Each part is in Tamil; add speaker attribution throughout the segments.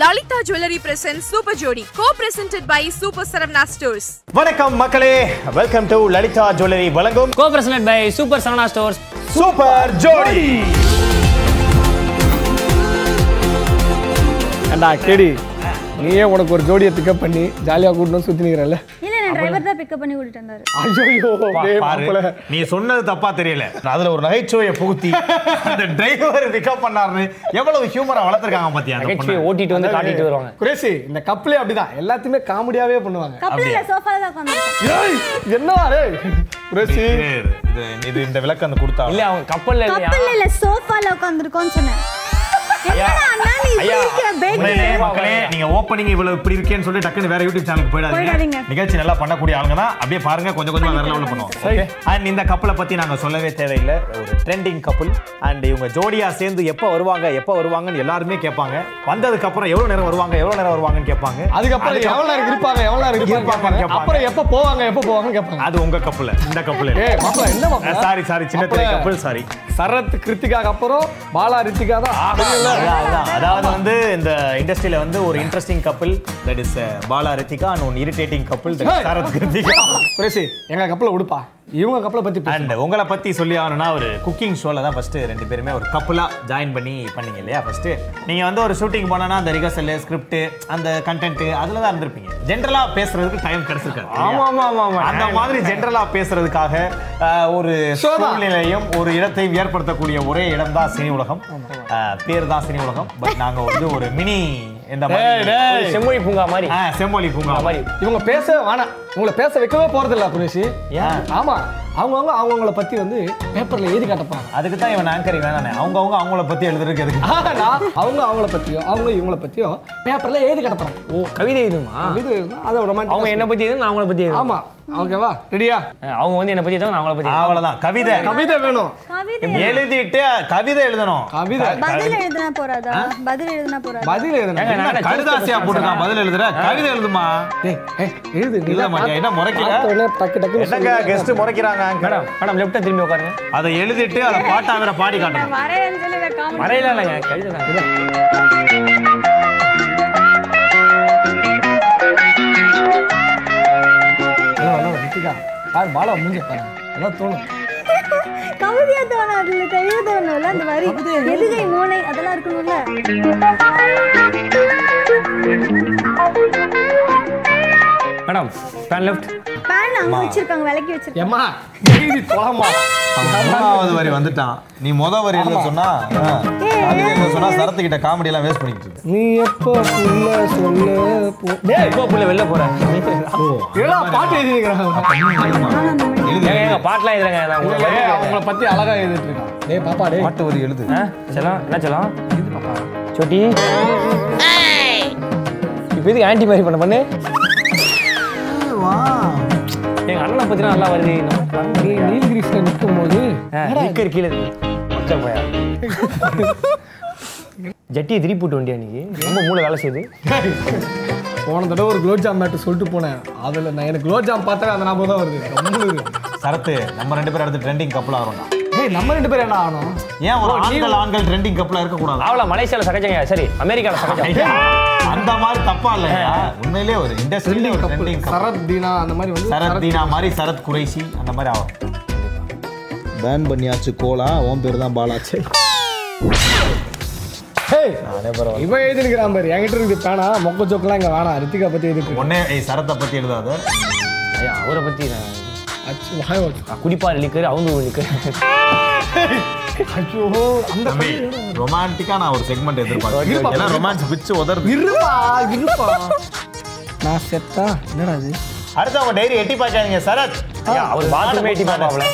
Speaker 1: Lalitha jewellery presents Super Jodi, co-presented by Super Saravana Stores.
Speaker 2: வணக்கம் மக்களே வெல்கம் டு லலிதா ஜுவல்லரி வழங்கும்
Speaker 3: co presented by super Saravana stores
Speaker 2: super Jodi
Speaker 4: ஏண்டா கேடி நீயே உனக்கு ஒரு ஜோடியை பிக்கப் பண்ணி ஜாலியாக கூட்டணும் சுற்றி நிற்கிறல்ல
Speaker 5: இல்ல நான் டிரைவர் தான் பிக்கப் பண்ணி விட்டுட்டு வந்தாரு
Speaker 4: ஐயோ டேய் மாப்பிள.
Speaker 2: பாரு, நீ சொன்னது தப்பா தெரியல அதுல ஒரு நகைச்சுவையை புகுத்தி அந்த டிரைவர் பிக்கப் பண்ணாருன்னு எவ்வளவு ஹியூமரா வளர்த்திருக்காங்க பாத்தியா அந்த
Speaker 3: நகைச்சுவை
Speaker 2: பொண்ணை?
Speaker 3: ஓட்டிட்டு வந்து காட்டிட்டு வருவாங்க
Speaker 4: குரேசி இந்த கப்பலே அப்படிதான் எல்லாத்தையுமே காமெடியாவே பண்ணுவாங்க
Speaker 5: கப்பல இல்ல சோஃபால தான் உட்கார்ந்து
Speaker 4: ஏய் என்னடா ரே குரேசி
Speaker 2: இது- இது- இது இந்த விளக்கம் அந்த கொடுத்தா
Speaker 3: இல்ல அவங்க கப்பல்ல இல்லையா
Speaker 5: கப்பல் இல்ல சோஃபால உட்கார்ந்திருக்கோம்னு சொன்னேன் என்னடா அண்ணா நீ இப்படி
Speaker 3: ஐயா,
Speaker 5: இருக்கிற பேக்
Speaker 2: உண்மையிலே மக்களே நீங்க ஓப்பனிங் இவ்வளவு இப்படி இருக்கேன்னு சொல்லி டக்குன்னு வேற யூடியூப் சேனலுக்கு போயிடாதீங்க
Speaker 5: போயிடாதீங்க.
Speaker 2: நிகழ்ச்சி நல்லா பண்ணக்கூடிய ஆளுங்க தான் அப்படியே பாருங்க கொஞ்சம் கொஞ்சமா வேற லெவலில் பண்ணுவோம்
Speaker 4: சரி.
Speaker 2: அண்ட் இந்த கப்பலை பத்தி நாங்க சொல்லவே தேவையில்லை ஒரு ட்ரெண்டிங் கப்பல் அண்ட் இவங்க ஜோடியா சேர்ந்து எப்போ வருவாங்க எப்போ வருவாங்கன்னு எல்லாருமே கேட்பாங்க வந்ததுக்கு அப்புறம் எவ்வளவு நேரம் வருவாங்க எவ்வளவு நேரம் வருவாங்கன்னு கேட்பாங்க
Speaker 4: அதுக்கப்புறம் எவ்வளவு நேரம் இருப்பாங்க எவ்வளவு நேரம் இருப்பாங்க
Speaker 2: இருப்பாங்க,
Speaker 4: கேட்பாங்க.
Speaker 2: கேட்பாங்க.
Speaker 4: அப்புறம் எப்போ போவாங்க எப்போ போவாங்கன்னு கேட்பாங்க
Speaker 2: அது உங்க கப்பல் இந்த கப்பல்
Speaker 4: ஏய் மாப்பிள என்ன மாப்பிள
Speaker 2: சாரி சாரி சின்ன திரை கப்பல் சாரி
Speaker 4: சரத் கிருத்திகாக்கு அப்புறம் பாலா ரித்திகா தான்
Speaker 2: அதாவது வந்து இந்த இண்டஸ்ட்ரியில வந்து ஒரு interesting couple that is Bala Rithika and one irritating couple
Speaker 4: Hey.
Speaker 2: Sarath Kiruthika
Speaker 4: Qureshi எங்க கப்பலை உடுப்பா இவங்க கப்பலை பத்தி பேசு.
Speaker 2: அண்ட் உங்களை பத்தி சொல்லி ஆகணும்னா ஒரு குக்கிங் ஷோல தான் ஃபர்ஸ்ட் ரெண்டு பேருமே ஒரு கப்பலா ஜாயின் பண்ணி பண்ணீங்க இல்லையா ஃபர்ஸ்ட் நீங்க வந்து ஒரு ஷூட்டிங் போனோம்னா அந்த ரிகர்சல் ஸ்கிரிப்ட் அந்த கண்டென்ட் அதுல தான் இருந்திருப்பீங்க ஜென்ரலா பேசுறதுக்கு டைம் கிடைச்சிருக்காது
Speaker 4: ஆமா ஆமா ஆமா ஆமா
Speaker 2: அந்த மாதிரி ஜென்ரலா பேசுறதுக்காக அஹ், ஒரு
Speaker 4: Show தான்.
Speaker 2: சூழ்நிலையும் ஒரு இடத்தையும் ஏற்படுத்தக்கூடிய ஒரே இடம் தான் சினி உலகம் அஹ், பேர் தான் சினி உலகம் பட் நாங்க வந்து ஒரு மினி இந்த
Speaker 4: டேய், டேய்.
Speaker 2: மாதிரி
Speaker 3: செம்மொழி பூங்கா மாதிரி
Speaker 2: ஆ, செம்மொழி பூங்கா
Speaker 3: அந்த மாதிரி
Speaker 2: மாதிரி
Speaker 4: இவங்க பேச வேணாம் உங்களை பேச வைக்கவே போறதில்ல குரேஷி
Speaker 2: ஏன்?
Speaker 4: ஆமா அவங்கவுங்க அவங்கவுங்கள பத்தி வந்து பேப்பர்ல எழுதி காட்டப்பாங்க
Speaker 2: அதுக்கு தான் இவன் ஆங்கரிங் வேணானே அவங்கவங்க அவங்கள பத்தி எழுதுறதுக்கு எதுக்கு
Speaker 4: ஆனா அவங்க அவங்கள பத்தியும் அவங்க இவங்கள பத்தியும் பேப்பர்ல எழுதி காட்டப்பாங்க
Speaker 3: ஓ கவிதை இதுமா
Speaker 4: இது அது ரொமான்டிக்
Speaker 3: அவங்க என்ன பத்தி எழுதும் நான் அவங்கள பத்தி எழுதுவேன்.
Speaker 4: ஆமா ஓகேவா ரெடியா
Speaker 3: அவங்க வந்து என்ன பத்தி எழுதுவாங்க, நான் அவங்கள பத்தி எழுதுவேன்.
Speaker 2: அவ்வளவுதான் கவிதை
Speaker 4: கவிதை வேணும்
Speaker 5: கவிதை
Speaker 2: எழுதிட்டு கவிதை எழுதணும்
Speaker 4: கவிதை
Speaker 5: பதில் எழுதுனா போறாதா பதில் எழுதுனா போறாதா
Speaker 4: பதில் எழுதணும்
Speaker 3: ஏங்க, நான் என்ன
Speaker 2: கடுதாசியா போட்டுருக்கான் பதில் எழுதுற கவிதை எழுதுமா
Speaker 4: டேய், ஏய், எழுது
Speaker 2: இல்ல
Speaker 4: நீதான்
Speaker 2: மாட்டியா என்ன முறைக்கிற
Speaker 4: பார்த்த உடனே டக்கு டக்குன்னு
Speaker 2: என்னங்க
Speaker 4: சொல்லு.
Speaker 2: கெஸ்ட் முறைக்கிறாங்க
Speaker 3: மேடம் மேடம் லெஃப்ட்டா திரும்பி உட்காருங்க
Speaker 2: அதை எழுதிட்டு அதை பாட்டா வேற பாடி காட்டணும்
Speaker 5: வரேன்னு சொல்லி இதை comedy
Speaker 3: மறையில இல்லைங்க கவிதை தான் இல்ல.
Speaker 4: Hello, hello, Rithika. பாரு பாலா மூஞ்ச பாரு எல்லாம் தோணும்
Speaker 5: கவிதையா தோணும் அதுல தெளிவு தோணும்ல அந்த வரி எதுகை மூளை அதெல்லாம் இருக்கணும்ல
Speaker 3: மேடம் பேன் லெஃப்ட்
Speaker 5: பேன் அங்க வச்சிருக்காங்க விலக்கி வச்சிருக்காங்க
Speaker 4: ஏமா எழுதி தொலைமா
Speaker 2: மூணாவது வரி வந்துட்டான் நீ முத வரி எழுத சொன்னா கவிதை எழுத சொன்னா சரத்து கிட்ட காமெடி எல்லாம் வேஸ்ட் பண்ணிட்டு இருக்க.
Speaker 4: நீ எப்போ புள்ள சொல்ல போ டேய்
Speaker 3: எப்போ புள்ள வெளில போறேன்
Speaker 4: ஏடா பாட்டு எழுதி நிக்கிறாங்க
Speaker 3: ஏங்க ஏங்க பாட்டெலாம் எழுதுறேங்க நான் உங்களை
Speaker 4: ஏய், அவங்கள பத்தி அழகா எழுதிட்டு இருக்கான் டேய் பாப்பா டேய்
Speaker 2: பாட்டு வரி எழுது
Speaker 3: ஆ, செல்லம் என்ன செல்லம் சொட்டி இப்போ எதுக்கு ஆன்டி மாதிரி பண்ண பண்ணு எங்க அண்ணனை பத்தி நல்லா வருது நம்ம பண்ணி-
Speaker 4: நீல்கிரிஸ்ல நிற்கும் போது
Speaker 3: ஆ, நிக்கர் கீழே இருக்கு. மக்கள் பயா ஜட்டியை திருப்பி விட்டு வண்டியா நீ ரொம்ப மூளை வேலை செய்யுது
Speaker 4: போன தடவை ஒரு குலோப் ஜாம் மேட்டு சொல்லிட்டு போனேன் அதுல நான் எனக்கு குலோப் ஜாம் பார்த்தாவே அந்த ஞாபகம் தான் வருது ரொம்ப இருக்கு.
Speaker 2: சரத்து நம்ம ரெண்டு பேரும் அடுத்து ட்ரெண்டிங் கப்பலா வரும்டா
Speaker 4: ஏய் நம்ம ரெண்டு பேரும் என்ன ஆகணும்
Speaker 2: ஏன் ஒரு ஆண்கள் ஆண்கள் ட்ரெண்டிங் கப்பலா இருக்க கூடாது
Speaker 3: அவள மலேசியால சகஜங்க சரி அமெரிக்கால சகஜம்
Speaker 2: அந்த மாதிரி தப்பா இல்லையா உண்மையிலே ஒரு இண்டஸ்ட்ரியில ஒரு ட்ரெண்டிங் கப்பல்
Speaker 4: சரத் தீனா அந்த மாதிரி வந்து
Speaker 2: சரத் தீனா மாதிரி சரத் குறைசி அந்த மாதிரி ஆகும்
Speaker 6: பேன் பண்ணியாச்சு கோலா உன் பேர் தான் பாலாச்சு
Speaker 4: ஹேய், இவன் எழுதிருக்கிறான் பாரு என்கிட்ட இருக்குது பேனா மொக்க ஜோக்கெல்லாம் இங்க வேணாம் ரித்திகா பத்தி எழுதிருக்கு
Speaker 2: ஒன்னே ஏய் சரத்தை பத்தி எழுதாத
Speaker 3: ஐயா, அவரை பத்தி நான்
Speaker 4: அச்சு வாய் வச்சு
Speaker 3: நான் குடிப்பார் நிக்கர் அவங்க நிக்கர்
Speaker 4: அச்சோ அந்த
Speaker 2: தம்பி ரொமான்டிக்கா நான் ஒரு செக்மெண்ட் எதிர்பார்க்கிறேன் ஏன்னா ரொமான்ஸ் பிச்சு உதறது
Speaker 4: இருப்பா இருப்பா நான் செத்தா என்னடா இது
Speaker 2: அடுத்து அவங்க டைரி எட்டி பார்க்காதீங்க சரத்
Speaker 3: அவர் பாத்ரூமே எட்டி பார்ப்பாப்ல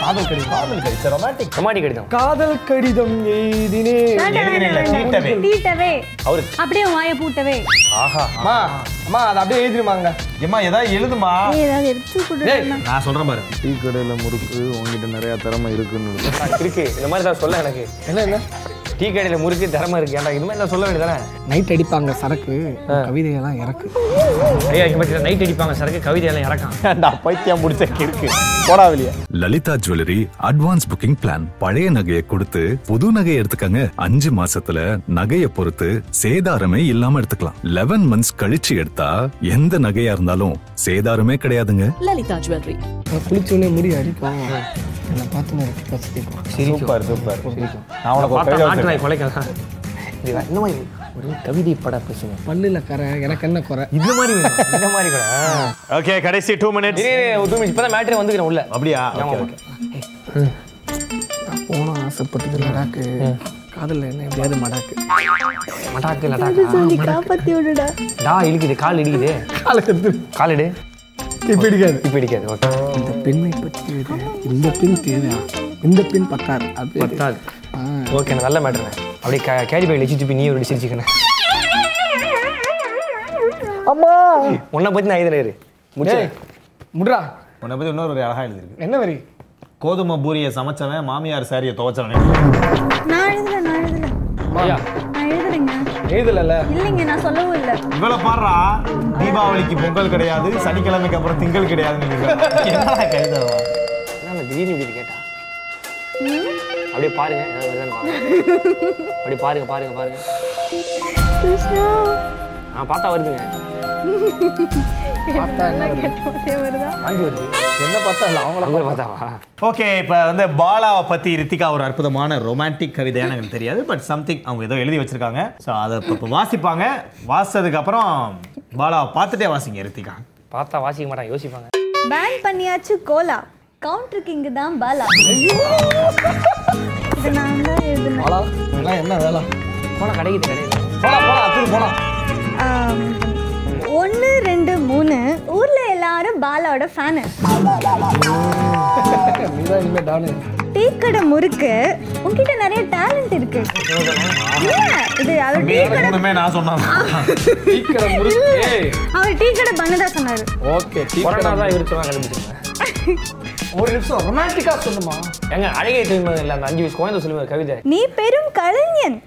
Speaker 2: காதல் கடி காதல் கடி ரொமான்டிக்
Speaker 3: ரொமாடி கடிதம்
Speaker 4: காதல் கடிதம் எழுதினே
Speaker 2: எழுதினீங்களா? தீட்டவே.
Speaker 5: தீட்டவே
Speaker 3: அவரு
Speaker 5: அப்படியே வாயை பூட்டவே
Speaker 3: ஆஹா
Speaker 4: அம்மா அம்மா அதை அப்படியே எழுதிருமாங்க
Speaker 2: ஏமா ஏதாவது எழுதுமா
Speaker 5: ஏய், ஏதாவது எடுத்து கொடுக்கணும்
Speaker 2: நான் சொல்றேன் பாரு
Speaker 6: டீ கடையில் முறுக்கு உங்ககிட்ட நிறையா திறமை இருக்குன்னு
Speaker 3: இருக்கு இந்த மாதிரி தான் சொல்ல எனக்கு
Speaker 4: என்ன என்ன
Speaker 3: டீ கடையில் முறுக்கு திறமை இருக்கு ஏன்டா இது மாதிரி நான் சொல்ல வேண்டியதானே
Speaker 7: நைட் அடிப்பாங்க சரக்கு கவிதையெல்லாம் இறக்கு
Speaker 3: ஐயா இப்போ பார்த்தீங்கன்னா நைட் அடிப்பாங்க சரக்கு கவிதையெல்லாம் இறக்கான்
Speaker 2: பைத்தியம் முடிச்ச கிறுக்கு போடா வெளியே
Speaker 8: Lalitha jewellery advance booking plan பழைய நகையை கொடுத்து புது நகையை எடுத்துக்கங்க அஞ்சு மாசத்துல நகையை பொறுத்து சேதாரமே இல்லாம எடுத்துக்கலாம் லெவன் மந்த்ஸ் கழிச்சு எடுத்தா எந்த நகையா இருந்தாலும் சேதாரமே கிடையாதுங்க
Speaker 9: Lalita Jewelry.
Speaker 7: நான் குளிச்சோடனே முடி அடிக்கும் என்னை பார்த்து நான் கட்டி கசிக்கும்
Speaker 2: சூப்பர் சூப்பர் நான் உனக்கு ஒரு
Speaker 3: பார்த்தா
Speaker 2: கையில்
Speaker 3: நாட்டு நாய் கொலைக்காதா
Speaker 7: என்னமா இது?
Speaker 3: ஒரு கவிதை பட பேசுங்க
Speaker 7: பல்லுல கரை எனக்கு என்ன குறை
Speaker 3: இந்த மாதிரி வேணும். இந்த மாதிரி கூட
Speaker 2: ஓகே கடைசி டூ மினிட்ஸ்
Speaker 3: டூ மினிட்ஸ் இப்போ தான் மேட்ரே வந்துக்கிறேன் உள்ள
Speaker 2: அப்படியா
Speaker 3: ஆமா,
Speaker 2: ஓகே
Speaker 3: ஓகே.
Speaker 7: போனோம் ஆசைப்பட்டது லடாக்கு காதலில் என்ன எப்படியாவது மடாக்கு
Speaker 3: மடாக்கு லடாக்கா
Speaker 5: சொல்லி காப்பாத்தி விடுடா
Speaker 3: டா இழுக்குது கால் இடிக்குது
Speaker 4: காலை எடுத்து
Speaker 3: கால் இடு
Speaker 4: இப்ப இடிக்காது
Speaker 3: இப்போ இடிக்காது ஓகே
Speaker 7: இந்த பெண்ணை பற்றி எழுது. இந்த பெண் தேவையா இந்த பெண் பத்தாது அது
Speaker 3: பத்தாது ஓகே நல்ல மேட்ருண்ணே அப்படியே கே கேரி பேக்கில் வச்சு துப்பி நீ ஒரு சிரிச்சுக்கண்ணே அம்மா உன்னை பற்றி நான் இதில் இரு முடிச்சு
Speaker 4: ஏய், முட்ரா
Speaker 2: உன்னை பத்தி இன்னொரு ஒரு அழகா எழுதிருக்கு
Speaker 4: என்ன வரி
Speaker 2: கோதுமை பூரியை சமைச்சவன் மாமியார் சாரியை துவைச்சவன்
Speaker 5: நான் எழுதல நான் எழுதல
Speaker 3: ஐயா
Speaker 5: நான் எழுதலைங்க
Speaker 4: எழுதல
Speaker 5: இல்லைங்க நான் சொல்லவும் இல்லை
Speaker 2: இவ்வளவு பாடுறா தீபாவளிக்கு பொங்கல் கிடையாது சனிக்கிழமைக்கு அப்புறம் திங்கள் கிடையாதுன்னு
Speaker 3: என்ன திடீர்னு இப்படி கேட்டா அப்படியே பாருங்க ஏதாவது வருதான்னு பாருங்க. அப்படியே பாருங்க பாருங்க பாருங்க
Speaker 5: கிருஷ்ணா
Speaker 3: நான் பார்த்தா வருதுங்க
Speaker 5: கேட்டோம் வருதா
Speaker 3: வாங்கி வருது என்ன பார்த்தா இல்லை அவங்கள அவங்கள பார்த்தாவா
Speaker 2: ஓகே இப்போ வந்து பாலாவை பத்தி ரித்திகா ஒரு அற்புதமான ரொமான்டிக் கவிதையான எனக்கு தெரியாது பட் சம்திங் அவங்க ஏதோ எழுதி வச்சிருக்காங்க ஸோ அதை இப்போ வாசிப்பாங்க வாசிச்சதுக்கு அப்புறம் பாலாவை பார்த்துட்டே வாசிங்க ரித்திகா
Speaker 3: பார்த்தா வாசிக்க மாட்டாங்க யோசிப்பாங்க
Speaker 5: பேன் பண்ணியாச்சு கோலா கவுண்டர் கிங் தான் பாலா இது நான் தான் எழுதுனேன்
Speaker 4: இதெல்லாம் என்ன வேலை
Speaker 3: போனால் கிடைக்குது கிடையாது
Speaker 4: போலாம் போலாம் அத்துக்கு போலாம்
Speaker 5: ஆம், ஒண்ணு ரெண்டு மூணு ஊர்ல எல்லாரும் பாலாவோட ஃபேனு
Speaker 4: நீதான் இனிமே டானு
Speaker 5: டீ கடை முறுக்கு உன்கிட்ட நிறைய டேலண்ட் இருக்கு இல்ல, இது அவர் டீ கடை
Speaker 2: மூணுமே நான் சொன்னேன்
Speaker 5: அவர் டீ கடை பண்ணதா சொன்னாரு
Speaker 4: ஓகே
Speaker 3: கொரோனா தான் இவர் சொன்னா கண்டுபிடிச்சிருக்கேன்
Speaker 4: ஒரு நிமிஷம் ரொமான்டிக்கா சொல்லுமா
Speaker 3: எங்க அழகை திரும்ப இல்லை அந்த அஞ்சு வயசு குழந்தை சொல்லுங்க கவிதை
Speaker 5: நீ பெரும் கலைஞன்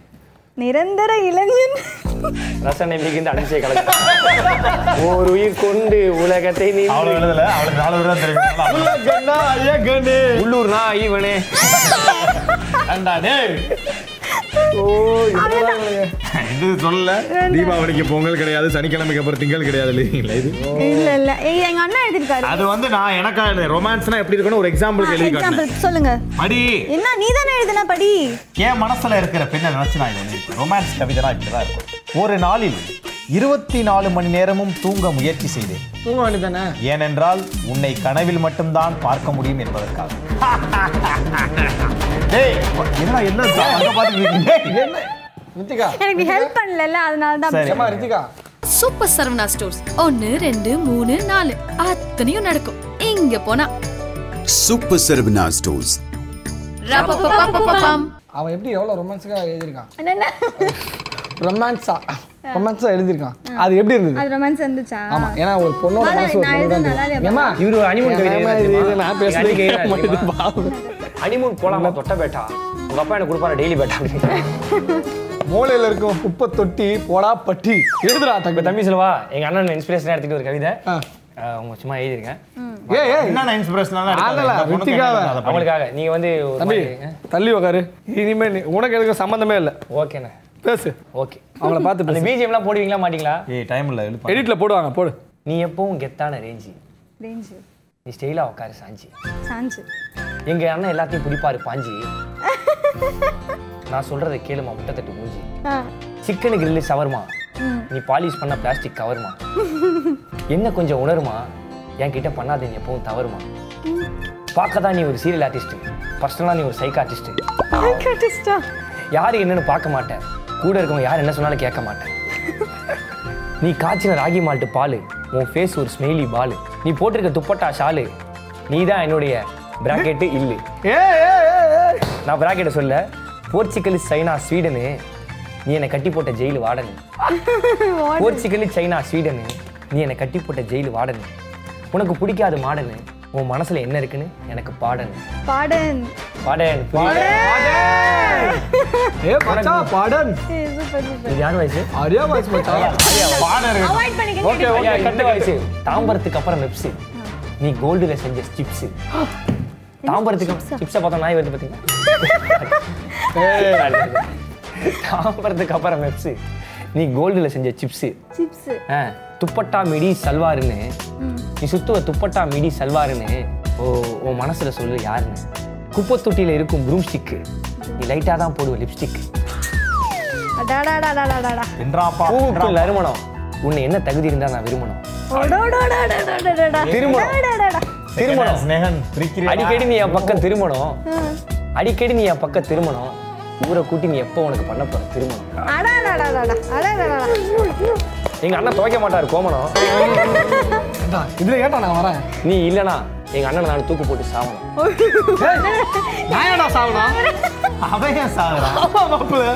Speaker 5: நிரந்தர இளைஞன்
Speaker 3: ரசனை மிகுந்த அடிச்சே கலக்கு ஓர் உயிர் கொண்டு உலகத்தை நீ
Speaker 2: அவ்வளோ எழுதல அவ்வளோ நாலு பேர் தான் தெரியும்
Speaker 3: உள்ளூர் தான் ஈவனே
Speaker 2: இது சொல்லல தீபாவளிக்கு பொங்கல் கிடையாது சனிக்கிழமைக்கு அப்புறம் திங்கள் கிடையாது இல்லைங்களா இது
Speaker 5: இல்ல இல்ல ஏய், எங்க அண்ணா எழுதிருக்காரு
Speaker 2: அது வந்து நான் எனக்கா எழுது ரொமான்ஸ்னா எப்படி இருக்குன்னு ஒரு எக்ஸாம்பிளுக்கு எழுதி காட்டினேன்
Speaker 5: எக்ஸாம்பிள் சொல்லுங்க
Speaker 2: அடி
Speaker 5: என்ன நீ தானே எழுதுன படி
Speaker 2: என் மனசுல இருக்கிற பெண்ணை நினைச்சு நான் இது ரொமான்ஸ் கவிதைலாம் இப்படிதான் இருக்கும் ஒரு நாளில் இருபத்தி நாலு மணி நேரமும் தூங்க முயற்சி செய்தேன்
Speaker 4: தூங்க வேண்டியதானே
Speaker 2: ஏனென்றால் உன்னை கனவில் மட்டும்தான் பார்க்க முடியும் என்பதற்காக டேய், என்னடா என்ன அங்க பாத்துட்டு இருக்கீங்க?
Speaker 4: என்ன ரித்திகா
Speaker 5: எனக்கு ஹெல்ப் பண்ணல அதனால தான்
Speaker 2: சரி
Speaker 4: ஏமா ரித்திகா
Speaker 9: சூப்பர் சரவணா ஸ்டோர்ஸ் ஒன்னு ரெண்டு மூணு நாலு அத்தனையும் நடக்கும் இங்க போனா
Speaker 10: சூப்பர் சரவணா ஸ்டோர்ஸ்
Speaker 9: ரபபபபபம்.
Speaker 4: அவன் எப்படி எவ்வளோ ரொமான்ஸுக்காக எழுதியிருக்கான்
Speaker 5: என்னென்ன
Speaker 4: ரொமான்ஸா ரொமான்ஸா எழுதியிருக்கான் அது எப்படி இருந்தது
Speaker 5: அது ரொமான்ஸ் வந்துச்சா
Speaker 4: ஆமா ஏன்னா ஒரு பொண்ணோட
Speaker 5: பாலா,
Speaker 4: மனசு ஒரு பொண்ணு
Speaker 5: நான்
Speaker 4: தான்
Speaker 5: எழுதுன நல்லா
Speaker 4: தெரியும்.
Speaker 5: இல்லையா
Speaker 4: ஏம்மா,
Speaker 3: இவரு அனிமன் கவிதை
Speaker 4: ஏம்மா
Speaker 3: எழுதுறாரு
Speaker 4: இது
Speaker 3: தெரியுமா?
Speaker 4: நான் பேசுறது
Speaker 3: அன்னைக்கு
Speaker 4: கேட்க
Speaker 3: எழுதுறாரு
Speaker 4: மாட்டேது,
Speaker 3: தெரியுமா?
Speaker 4: பாவம்.
Speaker 3: அனிமூன் போலாமா தொட்ட பேட்டா உங்க அப்பா எனக்கு கொடுப்பாரு டெய்லி பேட்டா அப்படின்னு
Speaker 4: மூலையில இருக்கும் குப்பை தொட்டி போடா பட்டி எழுதுடா
Speaker 3: இப்ப
Speaker 4: தம்பி
Speaker 3: தம்பி சொல்லுவா எங்க அண்ணன் இன்ஸ்பிரேஷனா எடுத்துட்டு ஒரு கவிதை
Speaker 4: ஆ.
Speaker 3: அஹ் அவங்க சும்மா எழுதிருக்கேன்
Speaker 4: ஏய் ஏய்
Speaker 2: என்னென்ன இன்ஸ்பிரேஷனெல்லாம் எடுக்காத.
Speaker 4: ஆளல,
Speaker 2: இந்த பொண்ணுக்கு என்ன
Speaker 4: ரித்திகாவை.
Speaker 2: அதை படி.
Speaker 3: அவங்களுக்காக நீங்க வந்து ஒரு
Speaker 4: தம்பி
Speaker 3: மாதிரி- ஆ,
Speaker 4: தள்ளி உக்காரு இனிமே நீ உனக்கு எதுக்கு சம்மந்தமே இல்லை
Speaker 3: ஓகேண்ணே
Speaker 4: பேசு
Speaker 3: ஓகே
Speaker 4: அவங்கள பார்த்து
Speaker 3: அந்த
Speaker 4: பேசு
Speaker 3: பிஜிஎம் எல்லாம் போடுவீங்களா மாட்டீங்களா
Speaker 2: ஏய் டைம் இல்ல எழுப்பா
Speaker 4: எடிட்ல போடுவாங்க போடு
Speaker 3: நீ எப்பவும் கெத்தான ரேஞ்சி
Speaker 5: ரேஞ்சு
Speaker 3: நீ ஸ்டைலா உட்காரு சாஞ்சி
Speaker 5: சாஞ்சு
Speaker 3: எங்க அண்ணன் எல்லாத்தையும் பிடிப்பாரு பாஞ்சி நான் சொல்றதை கேளுமா முட்டை தட்டு மூஞ்சி
Speaker 5: ஆ
Speaker 3: சிக்கனு கிரில்லு சவர்மா நீ பாலிஷ் பண்ண பிளாஸ்டிக் கவர்மா என்ன கொஞ்சம் உணருமா என்கிட்ட பண்ணாத நீ எப்பவும் தவறுமா பார்க்க தான் நீ ஒரு சீரியல் ஆர்டிஸ்ட் பர்சனலாக நீ ஒரு சைக்கார்டிஸ்ட்
Speaker 5: ஆர்டிஸ்டா
Speaker 3: யார் என்னன்னு பார்க்க மாட்டேன் கூட இருக்கவங்க யார் என்ன சொன்னாலும் கேட்க மாட்டேன் நீ காய்ச்சின ராகி மால்ட்டு பால் உன் ஃபேஸ் ஒரு ஸ்மெயிலி பால் நீ போட்டிருக்க துப்பட்டா ஷாலு நீ தான் என்னுடைய பிராக்கெட்டு இல்லு
Speaker 4: ஏய் ஏய் ஏய், ஏய்
Speaker 3: நான் பிராக்கெட்டை சொல்ல போர்ச்சுகல் சைனா ஸ்வீடனு நீ என்னை கட்டி போட்ட ஜெயில் வாடனு போர்ச்சுகல் சைனா ஸ்வீடனு நீ என்னை கட்டி போட்ட ஜெயில் வாடனு உனக்கு பிடிக்காத மாடனு உன் மனசுல என்ன இருக்குன்னு எனக்கு பாடனு
Speaker 5: பாடன்
Speaker 3: பாடன்
Speaker 4: ஏ மச்சான் பாடன்
Speaker 3: இது யார் வயசு
Speaker 4: ஆரியா வாய்ஸ் மச்சான்
Speaker 5: அவாய்ட் பண்ணிக்க
Speaker 3: ஓகே ஓகே கட்ட வயசு தாம்பரத்துக்கு அப்புறம் வெப்சி நீ கோல்டுல செஞ்ச சிப்ஸ் தாம்பரத்துக்கு சிப்ஸை பார்த்தா நாய் வருது பார்த்தீங்களா தாம்பரத்துக்கு அப்புறம் வெப்சி நீ கோல்டுல செஞ்ச சிப்ஸ்
Speaker 5: சிப்ஸ்
Speaker 3: துப்பட்டா மிடி சல்வாருன்னு நீ சுத்துவ துப்பட்டா மிடி சல்வாருன்னு ஓ உன் மனசுல சொல்லு யாருன்னு குப்பைத் தொட்டியில இருக்கும் ப்ரூம் ஸ்டிக்கு நீ லைட்டா தான் போடுவ லிப்ஸ்டிக்
Speaker 5: அடாடாடாடாடாடா
Speaker 2: என்றாப்பா
Speaker 3: பூவுக்கு நறுமணம் உன்னை என்ன தகுதி இருந்தா நான் விரும்பணும்
Speaker 5: ஓடோடோடோடோடோடா
Speaker 3: திருமணம்.
Speaker 5: அடாடாடாடா.
Speaker 2: திருமணம் ஸ்னேகன் பிரிக்கிறேன்
Speaker 3: அடிக்கடி நீ என் பக்கம் திருமணம்
Speaker 5: ஆ.
Speaker 3: அடிக்கடி நீ என் பக்கம் திருமணம் ஊரை கூட்டி நீ எப்போ உனக்கு பண்ண போற திருமணம்
Speaker 5: அடாடாடாடாடா. அடாடாடாடா.
Speaker 3: எங்க அண்ணன் துவைக்க மாட்டாரு கோமணம்
Speaker 4: அதான், இதுல ஏன்டா நான் வரேன்
Speaker 3: நீ இல்லனா எங்க அண்ணனை நான் தூக்கு போட்டு சாவணும்
Speaker 4: நான் ஏன்டா சாவனா
Speaker 2: அவன் ஏன் சாகுறான்
Speaker 4: ஆமா மாப்பிள்ள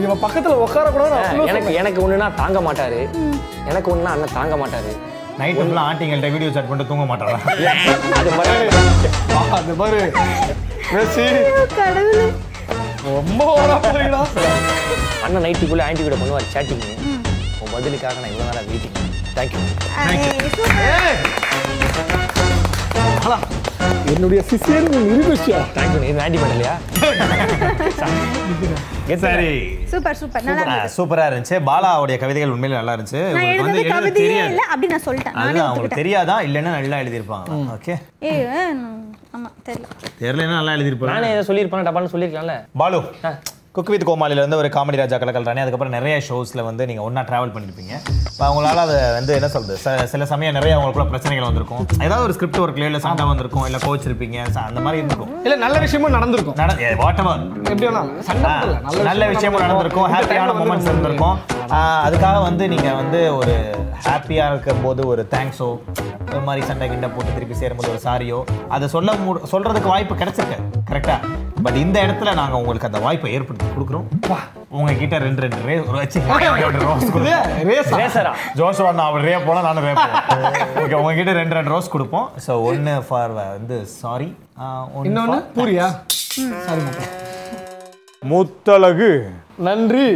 Speaker 4: இவன் பக்கத்துல உட்கார
Speaker 3: அஹ்,
Speaker 4: கூட
Speaker 3: எனக்கு எனக்கு ஒண்ணுனா தாங்க மாட்டாரு எனக்கு ஒண்ணுனா அண்ணன் தாங்க மாட்டாரு
Speaker 2: நைட் ஃபுல்லாக ஆண்டிங்கள்ட்ட வீடியோ சாட் பண்ணிட்டு தூங்க மாட்டானா
Speaker 3: அது மாதிரி
Speaker 4: அது பாரு மெஸ்ஸி
Speaker 5: ஐயோ, கடவுளே.
Speaker 4: ரொம்ப ஓரா போறீங்களா
Speaker 3: அண்ணன் நைட்டுக்குள்ள ஆண்டி கூட பண்ணுவார் சேட்டிங் உன் பதிலுக்காக நான் இவ்வளவு நேரம் வெயிட்டிங் தேங்க்யூ
Speaker 5: ஏய், super.
Speaker 4: என்னுடைய சிசியன் நிரூபிச்சியா
Speaker 3: தேங்க்யூ இது ஆண்டி பண்ண இல்லையா
Speaker 2: சரி
Speaker 5: Super, super. நல்லா இருந்தது.
Speaker 2: சூப்பரா இருந்துச்சு பாலாவுடைய கவிதைகள் உண்மையில நல்லா இருந்துச்சு
Speaker 5: நான்
Speaker 2: உங்களுக்கு வந்து
Speaker 5: எழுதுனது
Speaker 2: எழுத
Speaker 5: கவிதையே
Speaker 2: தெரியாது.
Speaker 5: இல்ல, அப்படி நான் சொல்லிட்டேன். நானே
Speaker 2: அதுதான் உங்களுக்கு
Speaker 5: ஒத்துக்கிட்டேன்.
Speaker 2: தெரியாதா இல்லைன்னா நல்லா எழுதியிருப்பாங்க ஓகே
Speaker 5: ஏய், ஆ, நான்- ஆமா, தெரியல.
Speaker 2: தெரியலன்னா நல்லா எழுதியிருப்பாங்க
Speaker 3: நானே ஏதோ சொல்லியிருப்பேன் டப்பான்னு சொல்லியிருக்கலாம்ல
Speaker 2: பாலு குக் வித் கோமாளில இருந்து ஒரு காமெடி ராஜா கலக்கல்றானே அதுக்கப்புறம் நிறைய ஷோஸில் வந்து நீங்கள் ஒன்றா ட்ராவல் பண்ணியிருப்பீங்க இப்போ அவங்களால அதை வந்து என்ன சொல்றது ச- சில சமயம் நிறைய அவங்களுக்குள்ள பிரச்சனைகள் வந்திருக்கும் ஏதாவது ஒரு ஸ்கிரிப்ட் ஒர்க்ல இல்லை சண்டை வந்திருக்கும் இல்லை கோச்சிருப்பீங்க அந்த மாதிரி இருந்திருக்கும்
Speaker 4: இல்ல நல்ல விஷயமும் நடந்திருக்கும்
Speaker 2: நடந்த வாட்
Speaker 4: எப்படி வேணா சண்டை
Speaker 2: ஆ,
Speaker 4: போடல,
Speaker 2: நல்ல விஷயமும் நடந்திருக்கும்
Speaker 4: இந்த time
Speaker 2: ஹாப்பியான
Speaker 4: ல வந்து
Speaker 2: மூமெண்ட்ஸ்
Speaker 4: நம்ம-
Speaker 2: இருந்திருக்கும் ஆ, அதுக்காக வந்து நீங்க வந்து ஒரு ஹாப்பியா இருக்கும் போது ஒரு தேங்க்ஸோ ஒரு மாதிரி சண்டை கிண்டை போட்டு திருப்பி சேரும்போது ஒரு சாரியோ அதை சொல்ல மு சொல்றதுக்கு வாய்ப்பு கிடைச்சிருக்கு கரெக்டா பட் இந்த இடத்துல நாங்க உங்களுக்கு அந்த வாய்ப்பை ஏற்படுத்தி கொடுக்குறோம் உங்ககிட்ட ரெண்டு ரெண்டு ரே ஒரு வச்சு ரோஸ்
Speaker 4: இது ரேசா
Speaker 3: பேசுறா
Speaker 2: ஜோஷுவா நான் அவர் ரே போல நானும் ரே ஓகே உங்ககிட்ட ரெண்டு ரெண்டு ரோஸ் கொடுப்போம் ஸோ ஒன்று ஃபார் வந்து சாரி
Speaker 4: இன்னொன்னு பூரியா சாரி மாப்பிள்ள.
Speaker 2: முத்தழகு
Speaker 4: நன்றி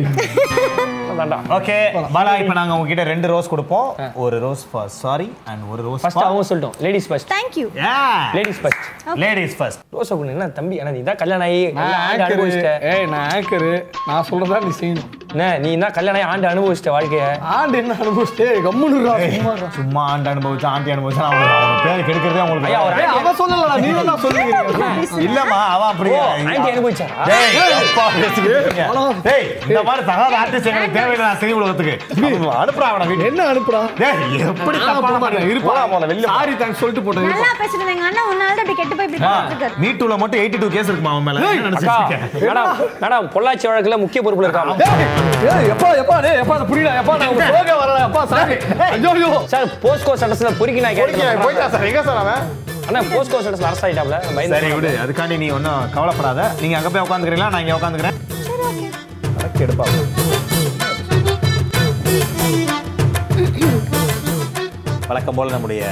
Speaker 3: தாண்டா
Speaker 2: ஓகே பாலா இப்போ நாங்க உங்ககிட்ட ரெண்டு ரோஸ் கொடுப்போம் ஒரு ரோஸ் ஃபார் சாரி அண்ட் ஒரு ரோஸ்
Speaker 3: ஃபர்ஸ்ட் அவங்க சொல்லிட்டோம் ladies first
Speaker 5: Thank you.
Speaker 3: Ladies first
Speaker 2: ladies first
Speaker 3: ரோசா பொண்ணு என்ன தம்பி என்ன நீ தான் கல்யாணம் ஆகி
Speaker 4: நான்
Speaker 3: நல்லா ஆண்டு
Speaker 4: ஆங்கரு
Speaker 3: அனுபவிச்சிட்ட
Speaker 4: ஏய் நான் ஆங்கரு நான் சொல்றதா நீ செய்யணும்
Speaker 3: என்ன நீ தான் கல்யாணம் ஆகி ஆண்டு அனுபவிச்சிட்ட வாழ்க்கைய
Speaker 4: ஆண்டு என்ன அனுபவிச்சுட்டு கம்முனுடா சும்மா இருடா.
Speaker 2: சும்மா ஆண்டு அனுபவிச்சா ஆண்டி அனுபவிச்சா அவங்க அவங்க பேர் கெடுக்கிறதே
Speaker 3: ஐயா
Speaker 2: உங்களுக்கு
Speaker 3: ஒரு
Speaker 4: ஏய், அவ சொல்லலடா நீ தான் சொல்லுங்க
Speaker 2: இல்லம்மா அவ அப்படி
Speaker 3: ஆண்டி அனுபவிச்சா
Speaker 2: டேய், அப்பா பேசிக்கிட்டீங்க. டேய், இந்த மாதிரி சகாத ஆர்டிஸ்ட் எங்களுக்கு தேவையில்லை நான் செய்ய உலகத்துக்கு அனுப்புறா அவனை வீட்டுக்கு.
Speaker 4: என்ன அனுப்புடா
Speaker 2: டேய், எப்படி தப்பான பண்ண இருப்பா அவனை வெளில
Speaker 4: சாரி தேங்க்ஸ் சொல்லிட்டு போட்டேன்
Speaker 5: நல்லா பேசிட்டு எங்க அண்ணா உன்னால தான் இப்படி கெட்டு போய் இப்படி பார்த்துருக்காரு
Speaker 2: மீ டூல மட்டும் எயிட்டி டூ கேஸ் இருக்குமா அவன் மேல என்ன நினைச்சிட்டு
Speaker 3: அக்கா
Speaker 2: இருக்கேன்
Speaker 3: மேடம் மேடம் பொள்ளாச்சி வழக்குல முக்கிய பொறுப்புல இருக்காங்க
Speaker 4: இருப்பா ஏய் எப்பா எப்பா டேய் எப்பா அது புரியல எப்பா நான் உங்க சோகை வரல எப்பா சாரி ஐயோ ஐயோ
Speaker 3: சார் போஸ்கோ சட்டஸ்ல பொறுக்கி நான் கேட்டேன்
Speaker 2: போயிட்டா சார் எங்க சார் அவன்
Speaker 3: அண்ணா போஸ்கோ சட்டஸ்ல அரசு ஆயிட்டாப்ல
Speaker 2: சரி
Speaker 3: பயந்து
Speaker 2: விடு அதுக்காண்டி நீ ஒன்றும் கவலைப்படாத நீங்க அங்க போய் உட்காந்துக்கிறீங்களா நான் இங்க உட்காந்துக்கிறேன் கணக்கு எடுப்பா வழக்கம் போல் நம்முடைய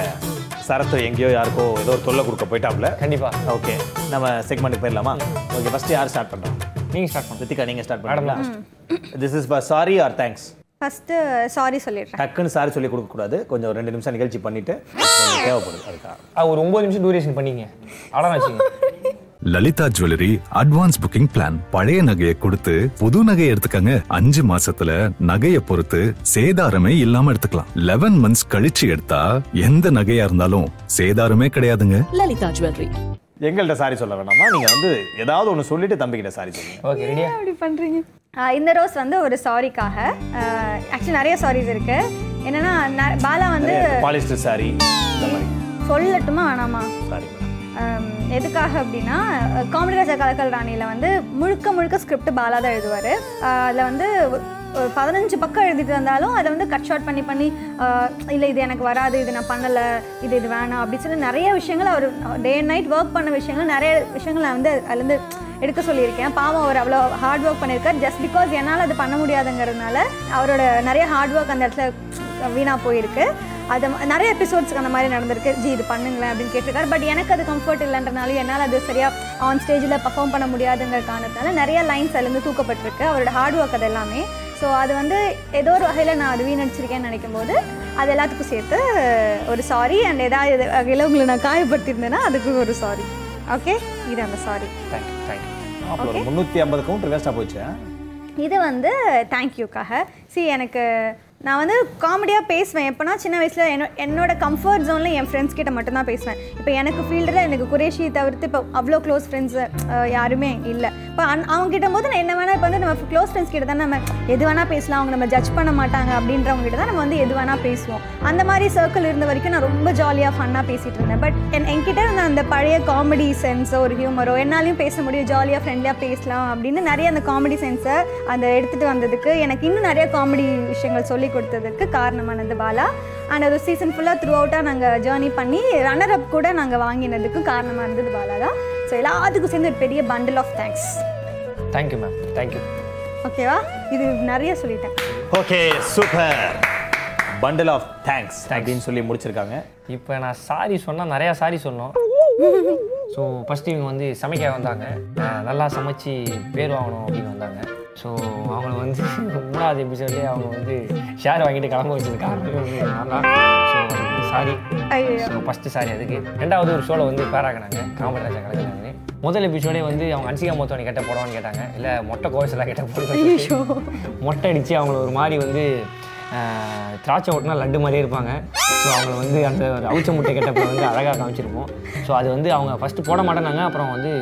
Speaker 2: சரத்து எங்கேயோ யாருக்கோ ஏதோ ஒரு தொல்லை கொடுக்க போயிட்டாப்ல
Speaker 3: கண்டிப்பா
Speaker 2: ஓகே நம்ம செக்மெண்ட்டுக்கு போயிடலாமா ஓகே ஃபர்ஸ்ட் யார் ஸ்டார்ட் பண்றோம்
Speaker 3: நீங்க ஸ்டார்ட் பண்ணுங்க
Speaker 2: ரித்திகா நீங்க ஸ்டார்ட் பண்ணுங்களா this is sorry or thanks
Speaker 5: first sorry சொல்லிடுறேன்
Speaker 2: டக்குன்னு சாரி சொல்லி கொடுக்க கூடாது கொஞ்சம் ஒரு ரெண்டு நிமிஷம் நிகழ்ச்சி பண்ணிட்டு உங்களுக்கு தேவைப்படுது அதுக்காக
Speaker 3: அது ஒரு ஒன்பது நிமிஷம் டூரேஷன் பண்ணீங்க அவ்வளோ வச்சுங்க
Speaker 8: Lalitha jewellery advance booking plan பழைய நகையை கொடுத்து புது நகையை எடுத்துக்கங்க அஞ்சு மாசத்துல நகையை பொறுத்து சேதாரமே இல்லாம எடுத்துக்கலாம் லெவன் மந்த்ஸ் கழிச்சு எடுத்தா எந்த நகையா இருந்தாலும் சேதாரமே கிடையாதுங்க
Speaker 11: லலிதா ஜுவல்லரி
Speaker 2: எங்கள்கிட்ட சாரி சொல்ல வேணாமா நீங்க வந்து ஏதாவது ஒன்று சொல்லிட்டு தம்பிக்கிட்ட சாரி சொல்லுங்க
Speaker 3: ஓகே ரெடியா
Speaker 5: அப்படி பண்றீங்க இந்த ரோஸ் வந்து ஒரு சாரிக்காக ஆக்சுவலி நிறைய சாரிஸ் இருக்கு என்னன்னா ந- பாலா வந்து
Speaker 2: பாலிஸ்டர் சாரி இந்த மாதிரி
Speaker 5: சொல்லட்டுமா வேணாமா
Speaker 2: சாரி
Speaker 5: ஆம், எதுக்காக அப்படின்னா அஹ், காமெடி ராஜா கலக்கல் ராணியில் வந்து முழுக்க முழுக்க ஸ்கிரிப்ட் பாலா தான் எழுதுவார் அதில் வந்து ஒரு- ஒரு பதினஞ்சு பக்கம் எழுதிட்டு வந்தாலும் அதை வந்து கட் ஷார்ட் பண்ணி பண்ணி இல்லை இது எனக்கு வராது இது நான் பண்ணலை இது இது வேணாம் அப்படின்னு சொல்லி நிறைய விஷயங்கள் அவர் டே அண்ட் நைட் ஒர்க் பண்ண விஷயங்கள் நிறைய விஷயங்கள் நான் வந்து அதுலேருந்து எடுக்க சொல்லியிருக்கேன் பாவம் அவர் அவ்வளோ ஹார்ட் ஒர்க் பண்ணியிருக்கார் ஜஸ்ட் பிகாஸ் என்னால் அது பண்ண முடியாதுங்கிறதுனால அவரோட நிறைய ஹார்ட் ஒர்க் அந்த இடத்துல வீணாக போயிருக்கு அது நிறைய எபிசோட்ஸ்க்கு அந்த மாதிரி நடந்திருக்கு ஜி இது பண்ணுங்களேன் அப்படின்னு கேட்டிருக்காரு பட் எனக்கு அது கம்ஃபர்ட் இல்லைன்றனாலும் என்னால் அது சரியாக ஆன் ஸ்டேஜில் பர்ஃபார்ம் பண்ண முடியாதுங்கிற காரணத்தினால நிறைய லைன்ஸ் அதுலேருந்து தூக்கப்பட்டிருக்கு அவரோட ஹார்ட் ஒர்க் அது எல்லாமே ஸோ அது வந்து ஏதோ ஒரு வகையில் நான் அது வீணடிச்சிருக்கேன்னு நினைக்கும் போது அது எல்லாத்துக்கும் சேர்த்து ஒரு சாரி அண்ட் ஏதாவது வகையில் உங்களை நான் காயப்படுத்தியிருந்தேன்னா அதுக்கு ஒரு சாரி ஓகே இது அந்த சாரி
Speaker 2: தேங்க்யூ தேங்க்யூ அப்புறம் ஒரு முந்நூற்றி ஐம்பது கவுண்டர் வேஸ்ட்டாக போச்சு
Speaker 5: இது வந்து தேங்க்யூக்காக சி எனக்கு நான் வந்து காமெடியாக பேசுவேன் எப்போனா சின்ன வயசில் என்னோ என்னோட கம்ஃபர்ட் ஜோனில் என் ஃப்ரெண்ட்ஸ் கிட்ட மட்டும்தான் பேசுவேன் இப்போ எனக்கு ஃபீல்டில் எனக்கு குரேஷி தவிர்த்து இப்போ அவ்வளோ க்ளோஸ் ஃப்ரெண்ட்ஸ் யாருமே இல்லை இப்போ அந் அவங்ககிட்ட போது நான் என்ன வேணால் இப்போ வந்து நம்ம க்ளோஸ் ஃப்ரெண்ட்ஸ் கிட்ட தான் நம்ம எது வேணால் பேசலாம் அவங்க நம்ம ஜட்ஜ் பண்ண மாட்டாங்க அப்படின்றவங்க கிட்ட தான் நம்ம வந்து எது வேணால் பேசுவோம் அந்த மாதிரி சர்க்கிள் இருந்த வரைக்கும் நான் ரொம்ப ஜாலியாக ஃபன்னாக பேசிகிட்டு இருந்தேன் பட் என் என்கிட்ட இருந்த அந்த பழைய காமெடி சென்ஸோ ஒரு ஹியூமரோ என்னாலையும் பேச முடியும் ஜாலியாக ஃப்ரெண்ட்லியாக பேசலாம் அப்படின்னு நிறைய அந்த காமெடி சென்ஸை அந்த எடுத்துகிட்டு வந்ததுக்கு எனக்கு இன்னும் நிறைய காமெடி விஷயங்கள் சொல்லி கொடுத்ததுக்கு காரணமானது பாலா அண்ட் அது சீசன் ஃபுல்லாக த்ரூ அவுட்டாக நாங்கள் ஜேர்னி பண்ணி ரன்னர் அப் கூட நாங்கள் வாங்கினதுக்கு காரணமாக இருந்தது பாலா தான் ஸோ எல்லாத்துக்கும் சேர்ந்து ஒரு பெரிய bundle of thanks
Speaker 3: thank you ma'am thank you
Speaker 5: ஓகேவா இது நிறைய சொல்லிட்டேன்
Speaker 2: okay super bundle of thanks அப்படின்னு சொல்லி முடிச்சிருக்காங்க
Speaker 3: இப்போ நான் சாரி சொன்னால் நிறையா சாரி சொன்னோம் ஸோ ஃபஸ்ட்டு இவங்க வந்து சமைக்க வந்தாங்க அஹ் நல்லா சமைச்சு பேர் வாங்கணும் அப்படின்னு வந்தாங்க ஸோ அவங்கள வந்து மூணாவது எபிசோட்லேயே அவங்க வந்து ஷேர் வாங்கிட்டு கிளம்ப வச்சிருக்காங்க சாரி
Speaker 5: ஐயோ
Speaker 3: ஸோ ஃபஸ்ட்டு சாரி அதுக்கு ரெண்டாவது ஒரு ஷோவில் வந்து பேராகினாங்க காமராஜா கலக்கிறாங்க முதல் எபிசோடே வந்து அவங்க அன்சிகா மொத்தவனி கட்ட போடுவான்னு கேட்டாங்க இல்லை மொட்டை கோவசலாக கட்ட போடுவாங்க மொட்டை அடித்து அவங்கள ஒரு மாதிரி வந்து ஆஹ், திராட்சை ஓட்டினா லட்டு மாதிரியே இருப்பாங்க ஸோ அவங்கள வந்து அந்த ஒரு அவுச்ச முட்டை கட்டப்போ வந்து அழகாக காமிச்சிருப்போம் ஸோ அது வந்து அவங்க ஃபஸ்ட்டு போட மாட்டேனாங்க அப்புறம் வந்து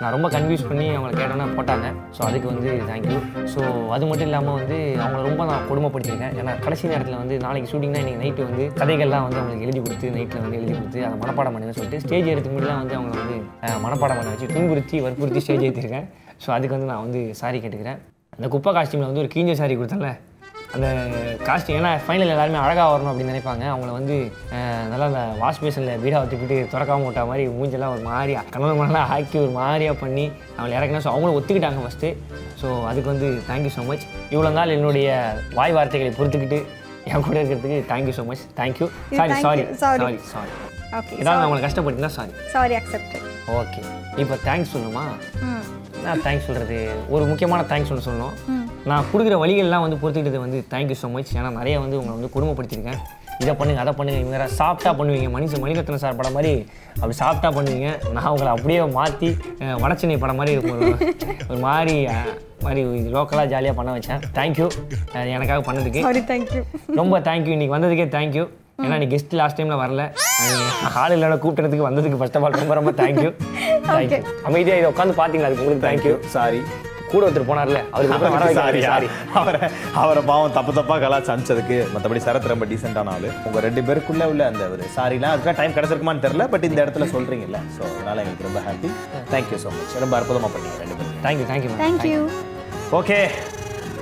Speaker 3: நான் ரொம்ப கன்ஃபியூஸ் பண்ணி அவங்கள கேட்டோன்னா போட்டாங்க ஸோ அதுக்கு வந்து தேங்க்யூ ஸோ அது மட்டும் இல்லாமல் வந்து அவங்கள ரொம்ப நான் கொடுமைப்படுத்திருக்கேன் ஏன்னா கடைசி நேரத்தில் வந்து நாளைக்கு ஷூட்டிங்னா இன்றைக்கி நைட்டு வந்து கதைகள்லாம் வந்து அவங்களுக்கு எழுதி கொடுத்து நைட்டில் வந்து எழுதி கொடுத்து அதை மனப்பாடம் பண்ணுன்னு சொல்லிட்டு ஸ்டேஜ் எடுத்து முன்னாடி வந்து அவங்கள வந்து அஹ், மனப்பாடம் பண்ண வச்சு துன்புறுத்தி வற்புறுத்தி ஸ்டேஜ் ஏற்றிருக்கேன் ஸோ அதுக்கு வந்து நான் வந்து சாரி கேட்டுக்கிறேன் அந்த குப்பை காஸ்டியூமில் வந்து ஒரு கீஞ்ச சாரி கொடுத்தேன்ல அந்த காஸ்டியூம் ஏன்னா ஃபைனல் எல்லாருமே அழகாக வரணும் அப்படின்னு நினைப்பாங்க அவங்கள வந்து அஹ், நல்லா அந்த வாஷ் பேஷனில் பீடா ஊற்றிப்பிட்டு திறக்காம விட்டா மாதிரி மூஞ்செல்லாம் ஒரு மாதிரியா கணவன் மனலாம் ஆக்கி ஒரு மாதிரியாக பண்ணி அவங்களை இறக்கினா ஸோ அவங்களும் ஒத்துக்கிட்டாங்க ஃபஸ்ட்டு ஸோ அதுக்கு வந்து தேங்க்யூ ஸோ மச் இவ்வளோ நாள் என்னுடைய வாய் வார்த்தைகளை பொறுத்துக்கிட்டு என் கூட இருக்கிறதுக்கு thank you so much thank you sorry
Speaker 5: thank
Speaker 3: sorry
Speaker 5: you. Sorry.
Speaker 3: Sorry sorry
Speaker 5: okay
Speaker 3: ஏதாவது நான் அவங்களை கஷ்டப்படுத்தினா சாரி
Speaker 5: சாரி அக்செப்டட்
Speaker 3: ஓகே இப்போ தேங்க்ஸ் சொல்லணுமா
Speaker 5: ம்
Speaker 3: நான் தேங்க்ஸ் சொல்கிறது ஒரு முக்கியமான தேங்க்ஸ் ஒன்று சொல்லணும் நான் கொடுக்குற வழிகள்லாம் வந்து பொறுத்துக்கிட்டது வந்து தேங்க்யூ ஸோ மச் ஏன்னா நிறைய வந்து உங்களை வந்து குடும்பப்படுத்திருக்கேன் இதை பண்ணுங்க அதை பண்ணுங்க இவங்க சாப்பிட்டா பண்ணுவீங்க மனுஷ மணிரத்ன சார் படம் மாதிரி அப்படி சாப்பிட்டா பண்ணுவீங்க நான் உங்களை அப்படியே மாற்றி வடச்சென்னை படம் மாதிரி இருக்கும் ஒரு- ஒரு மாதிரி அஹ், மாதிரி லோக்கலாக ஜாலியாக பண்ண வச்சேன் தேங்க்யூ எனக்காக பண்ணதுக்கு
Speaker 5: சாரி தேங்க்யூ
Speaker 3: ரொம்ப தேங்க்யூ இன்னைக்கு வந்ததுக்கே தேங்க்யூ ஏன்னா நீ கெஸ்ட் லாஸ்ட் டைம்ல வரல ஹால் இல்லைன்னா கூப்பிட்டதுக்கு வந்ததுக்கு ஃபர்ஸ்ட் ஆஃப் ஆல் ரொம்ப ரொம்ப தேங்க்யூ தேங்க்யூ அமைதியா இதை உட்காந்து பாத்தீங்களா அதுக்கு உங்களுக்கு தேங்க்யூ
Speaker 2: சாரி
Speaker 3: கூட ஒருத்தர் போனார்ல அவருக்கு வர
Speaker 2: சாரி
Speaker 3: வைக்காதீங்க, சாரி
Speaker 2: அவரை அவரை பாவம் தப்பு தப்பா கலாச்சு அனுப்பிச்சதுக்கு மற்றபடி சரத் ரொம்ப டீசெண்டான ஆளு உங்க ரெண்டு பேருக்குள்ள உள்ள அந்த ஒரு சாரிலாம் அதுக்காக டைம் கிடைச்சிருக்குமான்னு தெரியல பட் இந்த இடத்துல சொல்றீங்கல்ல ஸோ அதனால எங்களுக்கு ரொம்ப ஹாப்பி தேங்க்யூ ஸோ மச் ரொம்ப அற்புதமா பண்ணீங்க ரெண்டு பேரும்
Speaker 3: thank you thank you
Speaker 5: thank you
Speaker 2: okay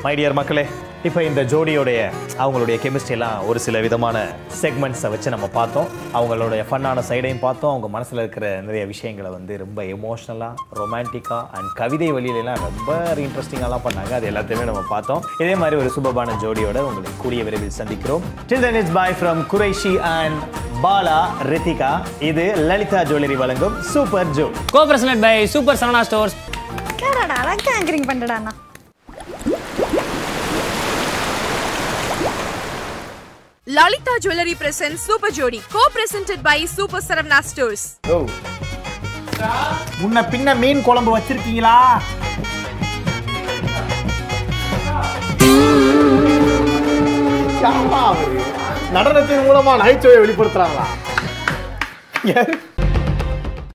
Speaker 2: my dear மக்களே இப்போ இந்த ஜோடியோடைய அவங்களுடைய கெமிஸ்ட்ரிலாம் ஒரு சில விதமான செக்மெண்ட்ஸை வச்சு நம்ம பார்த்தோம் அவங்களுடைய ஃபன்னான சைடையும் பார்த்தோம் அவங்க மனசில் இருக்கிற நிறைய விஷயங்களை வந்து ரொம்ப எமோஷ்னலாக ரொமான்டிக்காக அண்ட் கவிதை வழியிலலாம் ரொம்ப இன்ட்ரெஸ்டிங்காலாம் பண்ணாங்க அது எல்லாத்தையுமே நம்ம பார்த்தோம் இதே மாதிரி ஒரு சுபமான ஜோடியோட உங்களை கூடிய விரைவில் சந்திக்கிறோம் till then it's bye from Qureshi and Bala Rithika இது லலிதா ஜுவல்லரி வழங்கும் சூப்பர் ஜோ
Speaker 3: cooperation by super Saravana stores
Speaker 5: கேரடா அழகாக ஆங்கரிங் பண்ணுடா நான்
Speaker 1: Lalitha jewellery present super Jodi co presented by super Saravana stores
Speaker 2: முன்ன பின்ன மீன் குழம்பு வச்சிருக்கீங்களா
Speaker 4: நடனத்தின் மூலமா நகைச்சுவையை வெளிப்படுத்துறாங்களா